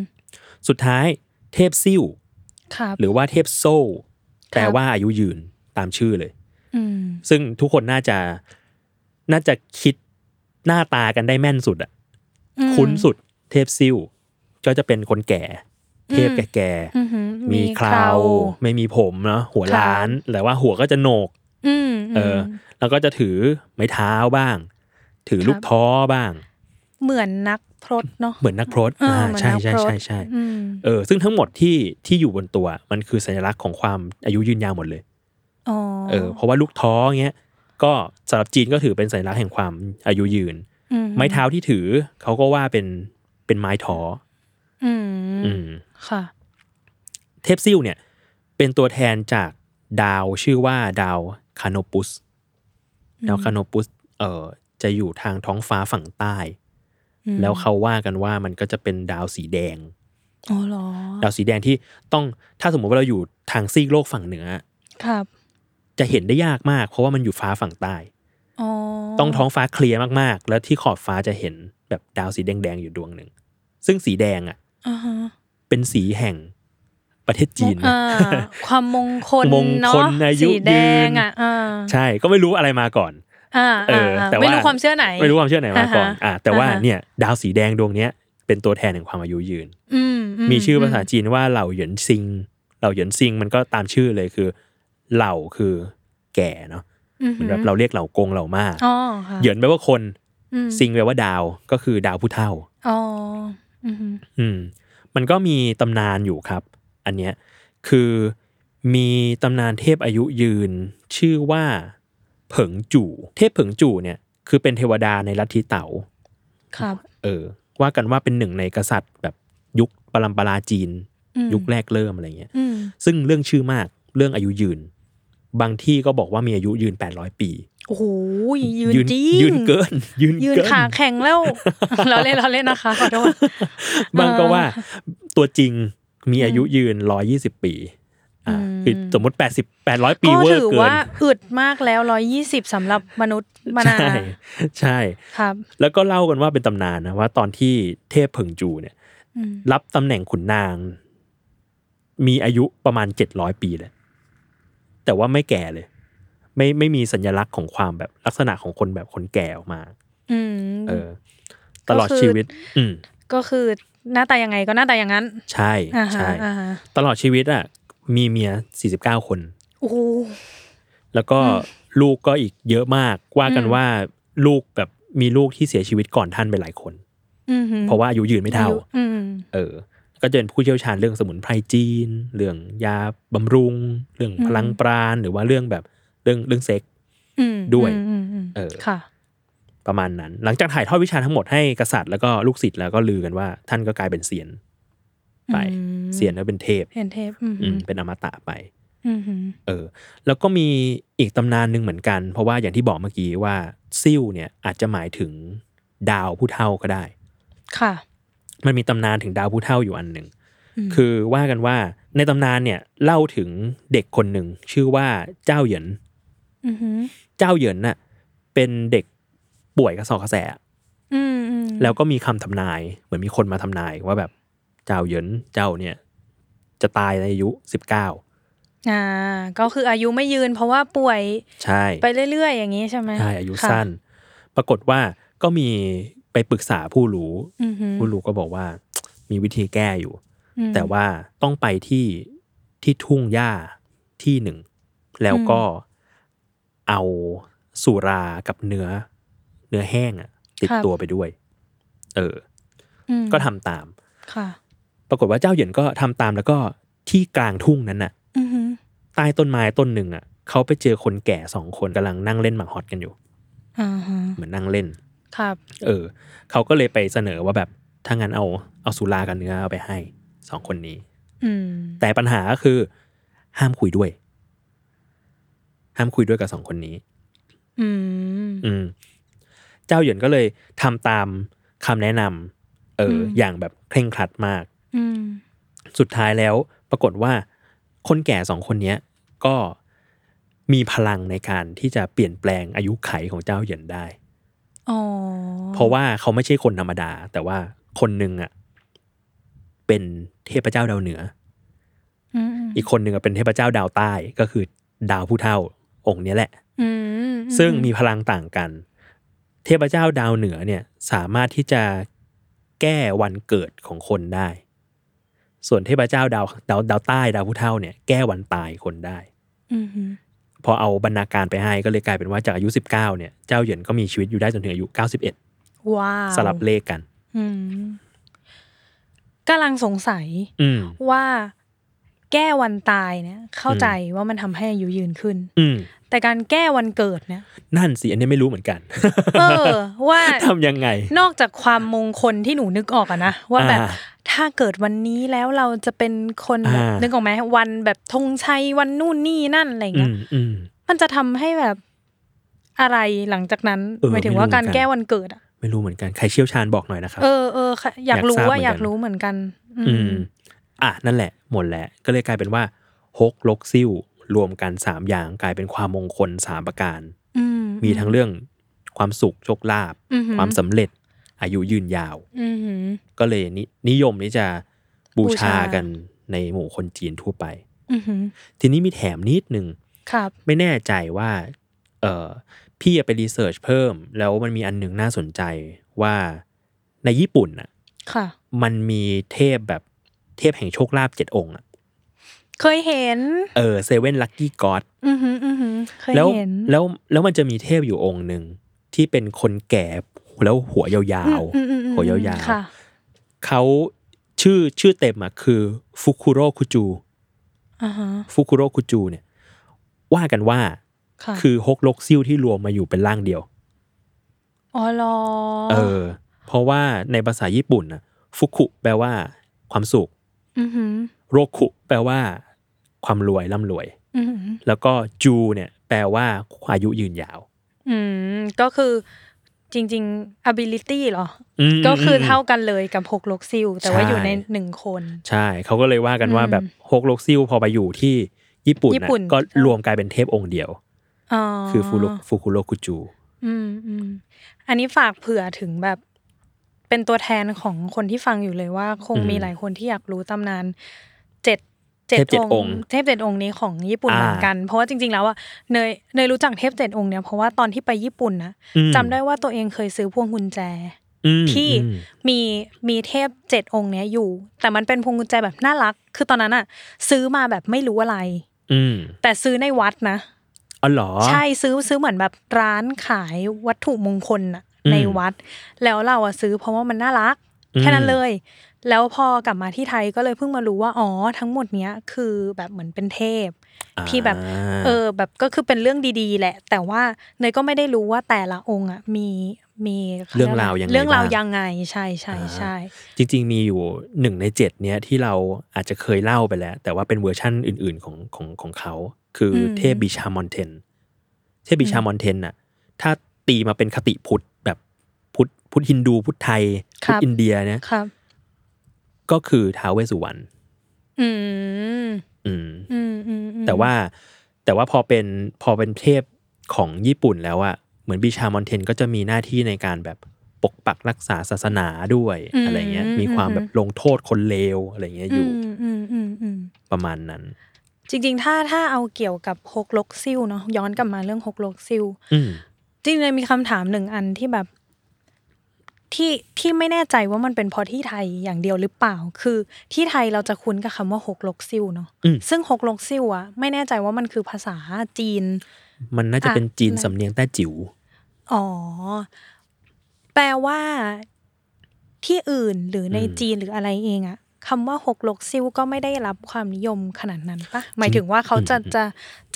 Speaker 2: สุดท้ายเทพซิ่ว
Speaker 3: ครับ
Speaker 2: หรือว่าเทพโซ่
Speaker 3: ครับ
Speaker 2: แปลว่าอายุยืนตามชื่อเลย
Speaker 3: อืม
Speaker 2: ซึ่งทุกคนน่าจะน่าจะคิดหน้าตากันได้แม่นสุดอะ
Speaker 3: อืม
Speaker 2: คุ้นสุดเทพซิ่วก็จะเป็นคนแก่ เทพ
Speaker 3: อืม
Speaker 2: แก่
Speaker 3: อือหือ
Speaker 2: ๆมีเคราวไม่มีผมเนาะหัวล้านแต่ว่าหัวก็จะโหนก
Speaker 3: อืมม
Speaker 2: เออ แล้วก็จะถือไม้เท้าบ้าง ถือลู
Speaker 3: ค
Speaker 2: ก
Speaker 3: รับ
Speaker 2: ท้อบ้าง
Speaker 3: เหมือนนักพรตเนาะ
Speaker 2: เหมือนนักพรต
Speaker 3: เออ
Speaker 2: อ่า
Speaker 3: เหมือน
Speaker 2: ใช่
Speaker 3: นัก
Speaker 2: ใช่
Speaker 3: พรต
Speaker 2: ใช่ใช่
Speaker 3: อืม
Speaker 2: เออซึ่งทั้งหมดที่ที่อยู่บนตัวมันคือสัญลักษณ์ของความอายุยืนยาวหมดเลย
Speaker 3: อ๋อ
Speaker 2: เออเพราะว่าลูกท้อเงี้ยก็สำหรับจีนก็ถือเป็นสัญลักษณ์แห่งความอายุยืน
Speaker 3: ม
Speaker 2: ไม้เท้าที่ถือเขาก็ว่าเป็นเป็นไม้ท้อ
Speaker 3: อื
Speaker 2: อ
Speaker 3: ม
Speaker 2: ม
Speaker 3: ค่ะ
Speaker 2: เทพซิ่วเนี่ย เป็นตัวแทนจากดาวชื่อว่าดาวคาโนปุสดาวคาโนปุสเอ่อจะอยู่ทางท้องฟ้าฝั่งใต้
Speaker 3: อืม
Speaker 2: แล้วเขาว่ากันว่ามันก็จะเป็นดาวสีแดง
Speaker 3: อ๋อเหรอ
Speaker 2: ดาวสีแดงที่ต้องถ้าสมมติว่าเราอยู่ทางซีกโลกฝั่งเหนือ
Speaker 3: ครับ
Speaker 2: จะเห็นได้ยากมาก เพราะว่ามันอยู่ฟ้าฝั่งใต้
Speaker 3: อ๋อ
Speaker 2: ต้องท้องฟ้าเคลียร์มากๆ แล้วที่ขอบฟ้าจะเห็นแบบดาวสีแดงๆอยู่ดวงหนึ่ง ซึ่งสีแดงอ่ะ
Speaker 3: อ่าฮะ
Speaker 2: เป็นสีแห่งประเทศจีนนะ
Speaker 3: อ่า ความมงคล
Speaker 2: มง
Speaker 3: เนาะ
Speaker 2: คลอายุ
Speaker 3: สีแดง
Speaker 2: ยืน
Speaker 3: อ่ะอ่า
Speaker 2: ใช่ก็ไม่รู้อะไรมาก่อน
Speaker 3: อ่า
Speaker 2: เออแต่ว่า
Speaker 3: ไม่รู้ความเชื่อไหน
Speaker 2: ไม่รู้ความเชื่อไหนมาก่อน
Speaker 3: อ่าฮะ
Speaker 2: อ่ะแต่ว่า
Speaker 3: อ่าฮะ
Speaker 2: เนี่ย ดาวสีแดงดวงเนี้ยเป็นตัวแทนแห่งความอายุยืน
Speaker 3: อืม
Speaker 2: มีชื่อภาษาจีนว่าเหล่าเหยินซิง เหล่าเหยินซิงมันก็ตามชื่อเลยคือ เหล่าคือแก่เนาะเหมือนแบบเราเรียกเหล่ากงเหล่ามาก
Speaker 3: อ๋อค่ะ
Speaker 2: เหยินแปลว่าคน
Speaker 3: อืม
Speaker 2: ซิงแปลว่าดาวก็คือดาวผู้เฒ่า
Speaker 3: อ๋ออือหือ
Speaker 2: อืมมันก็มีตำนานอยู่ครับ อันเนี้ยคือมีตำนานเทพอายุยืน ชื่อว่าเผิงจู่ เทพเผิงจู่เนี่ยคือเป็นเทวดาในลัทธิเต๋า
Speaker 3: ครับ
Speaker 2: เออ ว่ากันว่าเป็นหนึ่งในกษัตริย์แบบยุคปรัมปราจีน
Speaker 3: อืม
Speaker 2: ยุคแรกเริ่มอะไรเงี้ย
Speaker 3: อืม
Speaker 2: ซึ่งเรื่องชื่อมากเรื่องอายุยืน บางที่ก็บอกว่ามีอายุยืน 800 ปี
Speaker 3: โอ้โหยืนจริง
Speaker 2: ยืนเกิน ยืน
Speaker 3: ยืน
Speaker 2: เกิ
Speaker 3: ขาแข็งแล้ว เราเล่นเราเล่นนะคะขอโทษ
Speaker 2: บางก็ว่าตัวจริงมีอายุยืน 120 ปีอ่า
Speaker 3: อืม
Speaker 2: คือสมมติ 80 800 ปี
Speaker 3: ก็
Speaker 2: เวอ
Speaker 3: ถื
Speaker 2: ร์เกิน
Speaker 3: ว่าอึดมากแล้วร้อยยี่สิบสำหรับมนุษย์มนา
Speaker 2: ใช่ใช่
Speaker 3: ครับ
Speaker 2: แล้วก็เล่ากันว่าเป็นตำนานนะว่าตอนที่เทพเพิงจูเนี่ย
Speaker 3: อืม
Speaker 2: รับตำแหน่งขุนนาง มีอายุประมาณ 700 ปีเลยแต่ว่าไม่แก่เลย ไม่ไม่มีสัญลักษณ์ของความแบบลักษณะของคนแบบคนแก่ออกมา
Speaker 3: อืม
Speaker 2: เออ ตลอด
Speaker 3: ก็คือ
Speaker 2: ชีวิต อืม
Speaker 3: ก็คือหน้าตายังไงก็หน้าตาอย่างนั้น
Speaker 2: ใช่
Speaker 3: อ่าฮะ
Speaker 2: ใช่
Speaker 3: อ่าฮะ
Speaker 2: ตลอดชีวิตอ่ะ มีเมีย 49 คน
Speaker 3: โอ้โห
Speaker 2: แล้วก็ลูกก็อีกเยอะมาก ว่ากัน
Speaker 3: อืม
Speaker 2: ว่าลูกแบบมีลูกที่เสียชีวิตก่อนท่านไปหลายคน
Speaker 3: อือหือ
Speaker 2: เพราะว่าอายุยืนไม่
Speaker 3: อา
Speaker 2: เท่า
Speaker 3: ยุอืม
Speaker 2: เออ ก็จะเป็นผู้เชี่ยวชาญเรื่องสมุนไพรจีน เรื่องยาบำรุง เรื่องพลังปราณ หรือว่าเรื่องแบบเรื่องเรื่องเซ็ก
Speaker 3: อืม
Speaker 2: ด้วย
Speaker 3: อืมอืม
Speaker 2: เออ
Speaker 3: ค่ะ
Speaker 2: ประมาณนั้น หลังจากถ่ายทอดวิชาทั้งหมดให้กษัตริย์แล้วก็ลูกศิษย์แล้วก็ลือกันว่า ท่านก็กลายเป็นเซียน ไป
Speaker 3: อืม
Speaker 2: เซียนก็เป็นเทพ
Speaker 3: เห็นเทปอืม
Speaker 2: อืมเป็นอมตะไป
Speaker 3: อืมอืม
Speaker 2: เออแล้วก็มีอีกตำนานหนึ่งเหมือนกัน เพราะว่าอย่างที่บอกเมื่อกี้ว่าซิ่วเนี่ยอาจจะหมายถึงดาวผู้เท่าก็ได้
Speaker 3: ค่ะ
Speaker 2: มันมีตำนานถึงดาวผู้เท่าอยู่อันหนึ่ง
Speaker 3: อืม
Speaker 2: คือว่ากันว่าในตำนานเนี่ยเล่าถึงเด็กคนหนึ่งชื่อว่าเจ้าเหยิน
Speaker 3: อือหือ
Speaker 2: เจ้าเหยินน่ะเป็นเด็กป่วยกระสอบกระแส
Speaker 3: อืมอืม
Speaker 2: แล้วก็มีคำทำนายเหมือนมีคนมาทำนายว่าแบบเจ้าเหยินเจ้าเนี่ยจะตายในอายุสิบเก้า
Speaker 3: อ่า ก็คืออายุไม่ยืน เพราะว่าป่วย
Speaker 2: ใช่
Speaker 3: ไปเรื่อยๆ อย่างนี้ใช่ไหม
Speaker 2: ใช่อายุ
Speaker 3: ค่ะ
Speaker 2: สั้น ปรากฏว่าก็มีไปปรึกษาผู้รู้
Speaker 3: อือหือ
Speaker 2: ผู้รู้ก็บอกว่า มีวิธีแก้อยู่
Speaker 3: อืม
Speaker 2: แต่ว่าต้องไปที่ที่ทุ่งหญ้าที่หนึ่ง แล้วก็เอาสุรากับเนื้อ เนื้อแห้งอะติด
Speaker 3: ครับ
Speaker 2: ตัวไปด้วย เออ
Speaker 3: อืม
Speaker 2: ก็ทำตาม
Speaker 3: ค่ะ
Speaker 2: ปรากฏว่าเจ้าเหยินก็ทำตามแล้วก็ที่กลางทุ่งนั้นน่ะ
Speaker 3: อือหือ
Speaker 2: ใต้ต้นไม้ต้นหนึ่งอ่ะเขาไปเจอคนแก่สองคนกำลังนั่งเล่นหมากฮอตกันอยู่
Speaker 3: อ่าฮะ
Speaker 2: เหมือนนั่งเล่น
Speaker 3: ครับ
Speaker 2: เออเขาก็เลยไปเสนอว่าแบบถ้างั้นเอาเอาสุรากับเนื้อเอาไปให้สองคนนี้
Speaker 3: อืม
Speaker 2: แต่ปัญหาก็คือ ห้ามคุยด้วย ห้ามคุยด้วยกับสองคนนี้
Speaker 3: อืม
Speaker 2: อืม เจ้าเหยินก็เลยทำตามคำแนะนำเอออ
Speaker 3: ม
Speaker 2: อย่างแบบเคร่งครัดมาก
Speaker 3: อืม
Speaker 2: สุดท้ายแล้วปรากฏว่าคนแก่สองคนเนี้ยก็ มีพลังในการที่จะเปลี่ยนแปลงอายุไขของเจ้าเหยียนได้
Speaker 3: อ๋อ
Speaker 2: เพราะว่าเขาไม่ใช่คนธรรมดา แต่ว่าคนหนึ่งอ่ะเป็นเทพเจ้าดาวเหนือ
Speaker 3: อืมม
Speaker 2: อีกคนหนึ่งอะเป็นเทพเจ้าดาวใต้ก็คือดาวผู้เท่าองค์เนี้ยแหละ
Speaker 3: อืม
Speaker 2: ซึ่งมีพลังต่างกัน เทพเจ้าดาวเหนือเนี่ยสามารถที่จะแก้วันเกิดของคนได้ ส่วนเทพเจ้าดาวดาวดาวใต้ดาวผู้เท่าเนี่ยแก้วันตายคนได้
Speaker 3: อืมอืม
Speaker 2: พอเอาบรรณาการไปให้ก็เลยกลายเป็นว่าจากอายุ 19เนี่ยเจ้าเหยียนก็มีชีวิตอยู่ได้จนถึงอายุ 91
Speaker 3: ว้าว
Speaker 2: สลับเลขกัน
Speaker 3: อืมกำลังสงสัย
Speaker 2: อืม
Speaker 3: ว่าแก้วันตายเนี่ย เข้าใจว่ามันทำให้อายุยืนขึ้น
Speaker 2: อืม
Speaker 3: แต่การแก้วันเกิด เนี่ย
Speaker 2: นั่นสิ อันนี้ไม่รู้เหมือนกัน
Speaker 3: เออ ว่า
Speaker 2: ทำยังไง
Speaker 3: นอกจากความมงคลที่หนูนึกออกอะนะว่าแบบ
Speaker 2: อ่า
Speaker 3: ถ้าเกิดวันนี้แล้วเราจะเป็นคนแบบ
Speaker 2: อ่านึ
Speaker 3: นึกออกไหมวันแบบธงชัยวันนู่นนี่นั่นอะไร
Speaker 2: อื
Speaker 3: เงี้ย
Speaker 2: มอืม
Speaker 3: มันจะทำให้แบบอะไรหลังจากนั้น
Speaker 2: เออ
Speaker 3: หมายถึง
Speaker 2: ไม่รู้
Speaker 3: ว่าการ
Speaker 2: เหมือนกัน
Speaker 3: แก้วันเกิดอะ
Speaker 2: ไม่รู้เหมือนกัน ใครเชี่ยวชาญบอกหน่อยนะครับ
Speaker 3: เออเออค่ะอยากรู้
Speaker 2: อยากทราบ
Speaker 3: ว่า
Speaker 2: เหมือนกัน
Speaker 3: อยากรู้เหมือนกัน
Speaker 2: อื
Speaker 3: อืม
Speaker 2: ม อ่ะ นั่นแหละ หมดแล้ว ก็เลยกลายเป็นว่าฮกลกซิ่วรวมกันสามอย่างกลายเป็นความมงคลสามประการ
Speaker 3: อื
Speaker 2: มีทั้งเรื่องความสุขโชคลาภ
Speaker 3: อืหือ
Speaker 2: ความสำเร็จ อายุยืนยาว
Speaker 3: อือหือ
Speaker 2: ก็เลยนินิยมที่จะบู
Speaker 3: บูชา
Speaker 2: ชากันในหมู่คนจีนทั่วไป
Speaker 3: อือหือ
Speaker 2: ทีนี้มีแถมนิดหนึ่ง
Speaker 3: ครับ
Speaker 2: ไม่แน่ใจว่า เออพี่ไปรีเสิร์ชเพิ่ม แล้วมันมีอันหนึ่งน่าสนใจว่าในญี่ปุ่นน่ะ
Speaker 3: ค่ะ
Speaker 2: มันมีเทพแบบเทพแห่งโชคลาภเจ็ดองค์อะ
Speaker 3: เคยเห็น
Speaker 2: เออเซเว่นลักกี้ก็อด
Speaker 3: อือหืออือหือเคย
Speaker 2: แล้ว
Speaker 3: เห็น
Speaker 2: แล้วแล้วมันจะมีเทพอยู่องค์หนึ่งที่เป็นคนแก่แล้วหัวยาว
Speaker 3: อืมอืมอืม
Speaker 2: ๆหัวยาว
Speaker 3: ค่ะ
Speaker 2: ๆเขาชื่อชื่อเต็มอะคือฟุคุโรคุจู
Speaker 3: อ่าฮะ
Speaker 2: ฟุคุโรคุจูเนี่ย ว่ากันว่า
Speaker 3: ค่ะ
Speaker 2: คือฮกลกซิ่วที่รวมมาอยู่เป็นร่างเดียว
Speaker 3: อ๋อเหรอ
Speaker 2: เออ เพราะว่าในภาษาญี่ปุ่นนะฟุกุแปลว่าความสุข
Speaker 3: อือหือ
Speaker 2: โรคุแปลว่า ความรวยร่ำรวย
Speaker 3: อือหือ
Speaker 2: แล้วก็จูเนี่ย แปลว่าอายุยืนยาว
Speaker 3: อืมก็คือจริง ๆ ability เหรอ
Speaker 2: ม
Speaker 3: ก็คือเท่ากันเลยกับหกลกซิลแต่ว่า
Speaker 2: ใช่
Speaker 3: อยู่ในหนึ่งคน
Speaker 2: ใช่เขาก็เลยว่ากันว่า
Speaker 3: อืม
Speaker 2: แบบฮกลกซิลพอไปอยู่ที่ญี่ปุ่น
Speaker 3: ญี่
Speaker 2: นะ
Speaker 3: ปุ่น
Speaker 2: ก็รวมกลายเป็นเทพองค์เดียว
Speaker 3: อ๋อ
Speaker 2: คือฟูรุฟูคุโรคุจู
Speaker 3: อืมอืมอันนี้ฝากเผื่อถึงแบบ เป็นตัวแทนของคนที่ฟังอยู่เลยว่า คง
Speaker 2: อืม
Speaker 3: มีหลายคนที่อยากรู้ตำนานเจ็ดเจ็
Speaker 2: เท
Speaker 3: ด
Speaker 2: พเจ็ด
Speaker 3: อง
Speaker 2: องค์
Speaker 3: ค์เทพเจ็ดองค์นี้ของญี่ปุ่น
Speaker 2: อ่า
Speaker 3: เหมือนกัน เพราะว่าจริง ๆ แล้วอะเนยเนยรู้จักเทพเจ็ดองค์เนี่ยเพราะว่าตอนที่ไปญี่ปุ่นนะ
Speaker 2: อืม
Speaker 3: จำได้ว่าตัวเองเคยซื้อพวงกุญแจ
Speaker 2: อืม
Speaker 3: ที่
Speaker 2: อืม
Speaker 3: มีมีเทพเจ็ดองค์เนี้ยอยู่ แต่มันเป็นพวงกุญแจแบบน่ารัก คือตอนนั้นอะซื้อมาแบบไม่รู้อะไร
Speaker 2: อืม
Speaker 3: แต่ซื้อในวัดนะ
Speaker 2: อ๋อเหรอ
Speaker 3: ใช่ซื้อซื้อเหมือนแบบร้านขายวัตถุมงคลอะ
Speaker 2: อืม
Speaker 3: ในวัด แล้วเราอะซื้อเพราะว่ามันน่ารัก
Speaker 2: อืม
Speaker 3: แค่นั้นเลย แล้วพอกลับมาที่ไทยก็เลยเพิ่งมารู้ว่าอ๋อทั้งหมดเนี้ยคือแบบเหมือนเป็นเทพ
Speaker 2: อ่า
Speaker 3: ที่แบบ เออแบบก็คือเป็นเรื่องดีๆ แหละ แต่ว่าเนยก็ไม่ได้รู้ว่าแต่ละองค์อะมีมีขยกะไเรื่องราวยังไงใช่ใช่ใช่
Speaker 2: จริง ๆ มีอยู่หนึ่งในเจ็ดเนี้ยที่เราอาจจะเคยเล่าไปแล้ว แต่ว่าเป็นเวอร์ชั่นอื่น ๆของของของเขา คืออเทพบิชามอนเทน เทพบิชามอนเทนน่ะ ถ้าตีมาเป็นคติพุทธแบบพุทธพุทธฮินดูพุทธไทย พุทธอินเดียเนี่ย
Speaker 3: ครับ
Speaker 2: ก็คือท้าวเวสสุวรรณ
Speaker 3: อืม
Speaker 2: อืม
Speaker 3: อืมอืมอืม
Speaker 2: แต่ว่าแต่ว่าพอเป็นพอเป็นเทพของญี่ปุ่นแล้วอะเหมือนบิชามอนเทนก็จะมีหน้าที่ในการแบบปกปักรักษาศาสนาด้วยอะไรเงี้ย มีความแบบลงโทษคนเลวอะไรเงี้ยอยู่
Speaker 3: มอืมอืมอืม
Speaker 2: ประมาณนั้น
Speaker 3: จริงๆ ถ้าถ้าเอาเกี่ยวกับฮกลกซิลเนาะย้อนกลับมาเรื่องฮกลกซิล
Speaker 2: อืม
Speaker 3: จริงๆเลยมีคำถามหนึ่งอันที่แบบ ที่ที่ไม่แน่ใจว่ามันเป็นเพราะที่ไทยอย่างเดียวหรือเปล่า คือที่ไทยเราจะคุ้นกับคำว่าฮกลกซิลเนาะ
Speaker 2: อืม
Speaker 3: ซึ่งฮกลกซิลอะไม่แน่ใจว่ามันคือภาษาจีน
Speaker 2: มันน่าจะเป็นจีน
Speaker 3: อ่ะ
Speaker 2: สำเนียงแต้จิ๋ว
Speaker 3: อ๋อ แปลว่าที่อื่นหรือในจีนหรืออะไรเองอะคำว่าหกลกซิ่วก็ไม่ได้รับความนิยมขนาดนั้นปะหมายถึงว่าเขาจะจะ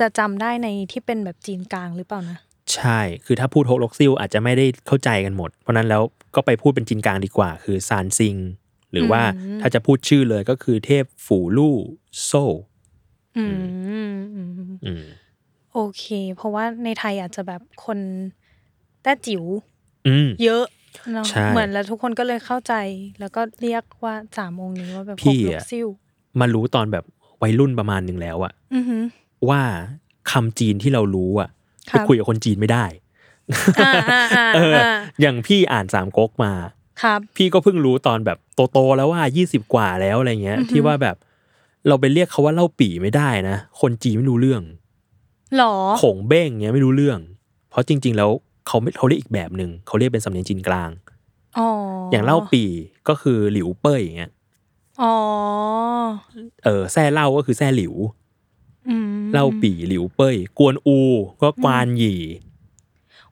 Speaker 3: จะจำได้ในที่เป็นแบบจีนกลางหรือเปล่านะ
Speaker 2: ใช่ คือถ้าพูดโฮลกซิลอาจจะไม่ได้เข้าใจกันหมด เพราะนั้นแล้วก็ไปพูดเป็นจีนกลางดีกว่า คือซานซิง หรือว่าถ้าจะพูดชื่อเลยก็คือเทพฝูลู่โซ่
Speaker 3: อืมอืม
Speaker 2: อืม
Speaker 3: โอเค เพราะว่าในไทยอาจจะแบบคนแต้จิ๋ว
Speaker 2: อืม
Speaker 3: เยอะเนาะ
Speaker 2: ใช่
Speaker 3: เหมือนแล้วทุกคนก็เลยเข้าใจ แล้วก็เรียกว่าสามองค์นี้ว่าแบบหก
Speaker 2: พี่
Speaker 3: ล
Speaker 2: อะ
Speaker 3: กซิ่ว
Speaker 2: มารู้ตอนแบบวัยรุ่นประมาณหนึ่งแล้วอะ
Speaker 3: อือหือ
Speaker 2: ว่า คำจีนที่เรารู้อ่ะ
Speaker 3: ค
Speaker 2: ไป
Speaker 3: รับ
Speaker 2: คุยกับคนจีนไม่ได้
Speaker 3: อ่าอ่าอ่า
Speaker 2: เออ
Speaker 3: อ่า
Speaker 2: อย่างพี่อ่านสามก๊กมา
Speaker 3: ครับ
Speaker 2: พี่ก็เพิ่งรู้ตอนแบบโตๆแล้วว่ายี่สิบกว่าแล้วอะไรเงี้ย
Speaker 3: อือหือ
Speaker 2: ที่ว่าแบบเราไปเรียกเขาว่าเล่าปี่ไม่ได้นะ คนจีนไม่รู้เรื่อง
Speaker 3: หรอ
Speaker 2: โขงเบ้งเงี้ยไม่รู้เรื่อง เพราะจริง ๆ แล้วเขาไม่เขาเรียกอีกแบบหนึ่งเขาเรียกเป็นสำเนียงจีนกลาง
Speaker 3: อ๋อ
Speaker 2: อย่างเล่าปี่ก็คือหลิวเป้ยอย่างเงี้ย
Speaker 3: อ๋อ
Speaker 2: เออแซ่เล่าก็คือแซ่หลิว
Speaker 3: อืม
Speaker 2: เล่าปี่หลิวเป้ย กวนอู ก็กวานหยี่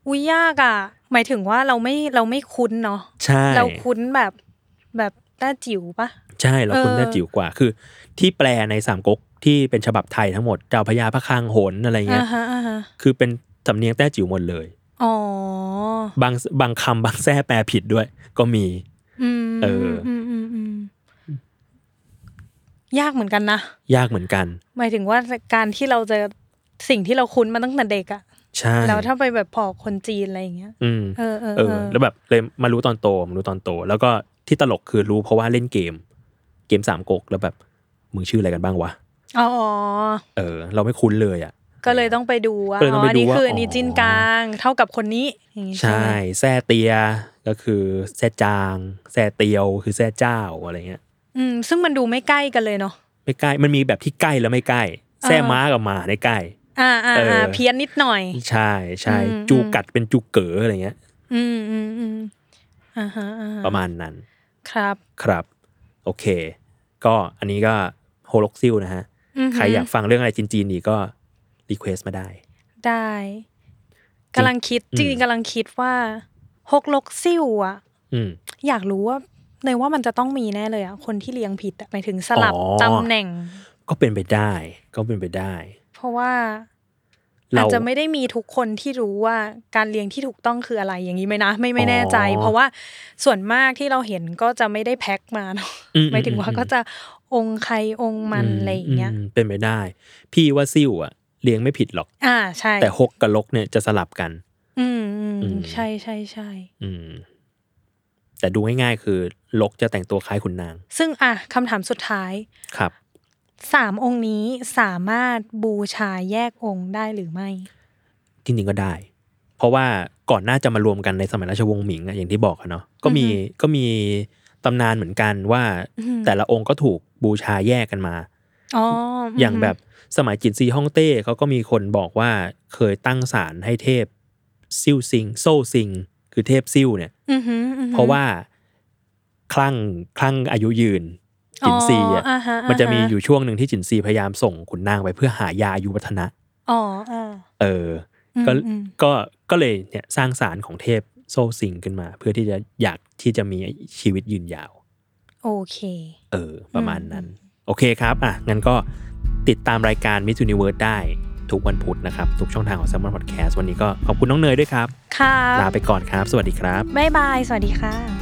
Speaker 3: อุ้ยยากอ่ะ หมายถึงว่าเราไม่เราไม่คุ้นเนาะ
Speaker 2: ใช่
Speaker 3: เราคุ้นแบบแบบต้าจิ๋วปะ
Speaker 2: ใช่เราคุณ
Speaker 3: เออ
Speaker 2: น่าจิ๋วกว่าคือ ที่แปลในสามก๊กที่เป็นฉบับไทยทั้งหมดเจ้าพญาพระคางโหนอะไรเงี้ย
Speaker 3: อ่าฮะอ่าฮะ
Speaker 2: คือเป็นสำเนียงแต้จิ๋วหมดเลย
Speaker 3: อ๋อบ
Speaker 2: างบางคำบางแท้แปลผิดด้วย ก็มี
Speaker 3: อืม
Speaker 2: เออ
Speaker 3: มอืมอืมยากเหมือนกันนะ
Speaker 2: ยากเหมือนกัน
Speaker 3: หมายถึงว่าการที่เราจะสิ่งที่เราคุ้นมาตั้งแต่เด็กอะ
Speaker 2: ใช่
Speaker 3: แล้วถ้าไปแบบพอคนจีนอะไรอย่างเงี้ย
Speaker 2: อืม
Speaker 3: เออเออ
Speaker 2: เอ
Speaker 3: เอ
Speaker 2: อ
Speaker 3: อ
Speaker 2: แล้วแบบเลยมารู้ตอนโตมารู้ตอนโต แล้วก็ที่ตลกคือรู้เพราะว่าเล่นเกม เกมสามก๊กแล้วแบบมึงชื่ออะไรกันบ้างวะ
Speaker 3: อ๋ออ๋อ
Speaker 2: เออ เราไม่คุ้นเลยอ่ะ
Speaker 3: ก็เลยต้องไปดูว่า
Speaker 2: ก็เลยต้
Speaker 3: อ๋
Speaker 2: อ
Speaker 3: อง
Speaker 2: ไป
Speaker 3: อัน
Speaker 2: ดู
Speaker 3: นี้
Speaker 2: ว่า
Speaker 3: คือ
Speaker 2: อ
Speaker 3: อันนี้จีนกลางเท่ากับคนนี้อย่างงี้
Speaker 2: ใช่แซ่เตียก็คือแซ่จางแซ่เตียวคือแซ่เจ้าอะไรเงี้ย
Speaker 3: อืมซึ่งมันดูไม่ใกล้กันเลยเนาะ
Speaker 2: ไม่ใกล้มันมีแบบที่ใกล้แล้วไม่ใกล้แซ่
Speaker 3: อ่า
Speaker 2: ม้ากับหมาในยใกล้
Speaker 3: อ่าอ่า
Speaker 2: เอออ่
Speaker 3: อ่าเพี้ยนนิดหน่อย
Speaker 2: ใช่ใช่
Speaker 3: อืม
Speaker 2: จูกัดเป็นจูเก๋ออะไรเงี้ย
Speaker 3: อืมอืมอืมอ่าฮะอ่าฮ
Speaker 2: ประมาณนั้น
Speaker 3: ครับ
Speaker 2: ครับ โอเค ก็อันนี้ก็โฮล็อกซิลนะฮะ
Speaker 3: อือฮึ
Speaker 2: ใครอยากฟังเรื่องอะไรจีนๆนี่ก็ รีเควสมาได้
Speaker 3: ได้กำลังคิด
Speaker 2: อืม
Speaker 3: จริงๆกำลังคิดว่าฮกลกซิ่วอะ
Speaker 2: อืม
Speaker 3: อยากรู้ว่าเนยว่ามันจะต้องมีแน่เลยอะคนที่เลี้ยงผิดอะหมายถึงสลับ
Speaker 2: อ๋อ
Speaker 3: ตำแหน่ง
Speaker 2: ก็เป็นไปได้ ก็เป็นไปได้
Speaker 3: เพราะว่าอา
Speaker 2: เรา
Speaker 3: จจะไม่ได้มีทุกคนที่รู้ว่าการเลี้ยงที่ถูกต้องคืออะไรอย่างนี้ไหมนะ ไม่ไม่แน่ใจ
Speaker 2: อ๋อ
Speaker 3: เพราะว่าส่วนมากที่เราเห็นก็จะไม่ได้แพ็คมาเนาะ
Speaker 2: อืม
Speaker 3: หมายถึงว่า
Speaker 2: อืม
Speaker 3: ก็จะองค์ใครองค์มัน
Speaker 2: ม
Speaker 3: อะไรอย่างเงี้ย
Speaker 2: มเป็นไปได้ พี่ว่าซิ่วอะเลี้ยงไม่ผิดหรอก
Speaker 3: อ่าใช่
Speaker 2: แต่หกกับลกเนี่ยจะสลับกัน
Speaker 3: อืมอืม
Speaker 2: อืม
Speaker 3: ใช่ใช่ใช่
Speaker 2: อืม แต่ดูง่ายๆคือลกจะแต่งตัวคล้ายขุนนาง
Speaker 3: ซึ่งอ่ะคำถามสุดท้าย
Speaker 2: ครับ
Speaker 3: สามองค์นี้สามารถบูชาแยกองค์ได้หรือไม่
Speaker 2: จริงๆก็ได้ เพราะว่าก่อนหน้าจะมารวมกันในสมัยราชวงศ์หมิงอะอย่างที่บอกอะเนาะก็มี
Speaker 3: อือฮึ
Speaker 2: ก็มีตำนานเหมือนกันว่า
Speaker 3: อือฮึ
Speaker 2: แต่ละองค์ก็ถูกบูชาแยกกันมา
Speaker 3: อ๋อม
Speaker 2: อย่างแบบสมัยจินซีฮ่องเต้เขาก็มีคนบอกว่าเคยตั้งศาลให้เทพซิ่วซิงโซ่ซิง คือเทพซิ่วเนี่ย
Speaker 3: อือหืออือหือ
Speaker 2: เพราะว่าคลั่งคลั่งอายุยืน จินซีอ่ะ
Speaker 3: อ๋ออ่าฮะอ่าฮะ
Speaker 2: มันจะมีอยู่ช่วงหนึ่งที่จินซีพยายามส่งขุนนางไปเพื่อหายาอายุวัฒนะ
Speaker 3: อ๋ออ่า
Speaker 2: เอออ
Speaker 3: ม
Speaker 2: ก็
Speaker 3: อืม
Speaker 2: ก็ก็เลยเนี่ยสร้างสารของเทพโซซิงขึ้นมา เพื่อที่จะอยากที่จะมีชีวิตยืนยาว
Speaker 3: โอเค
Speaker 2: เออ ประมาณนั้น โอเคครับ อ่ะ งั้นก็ติดตามรายการ Miss Universe ได้ทุกวันพุธนะครับ ทุกช่องทางของ s ซ m o n Podcast วันนี้ก็ขอบคุณน้องเนยด้วยครับ
Speaker 3: ครับ
Speaker 2: ลาไปก่อนครับ สวัสดีครับ
Speaker 3: บ๊ายบาย สวัสดีค่ะ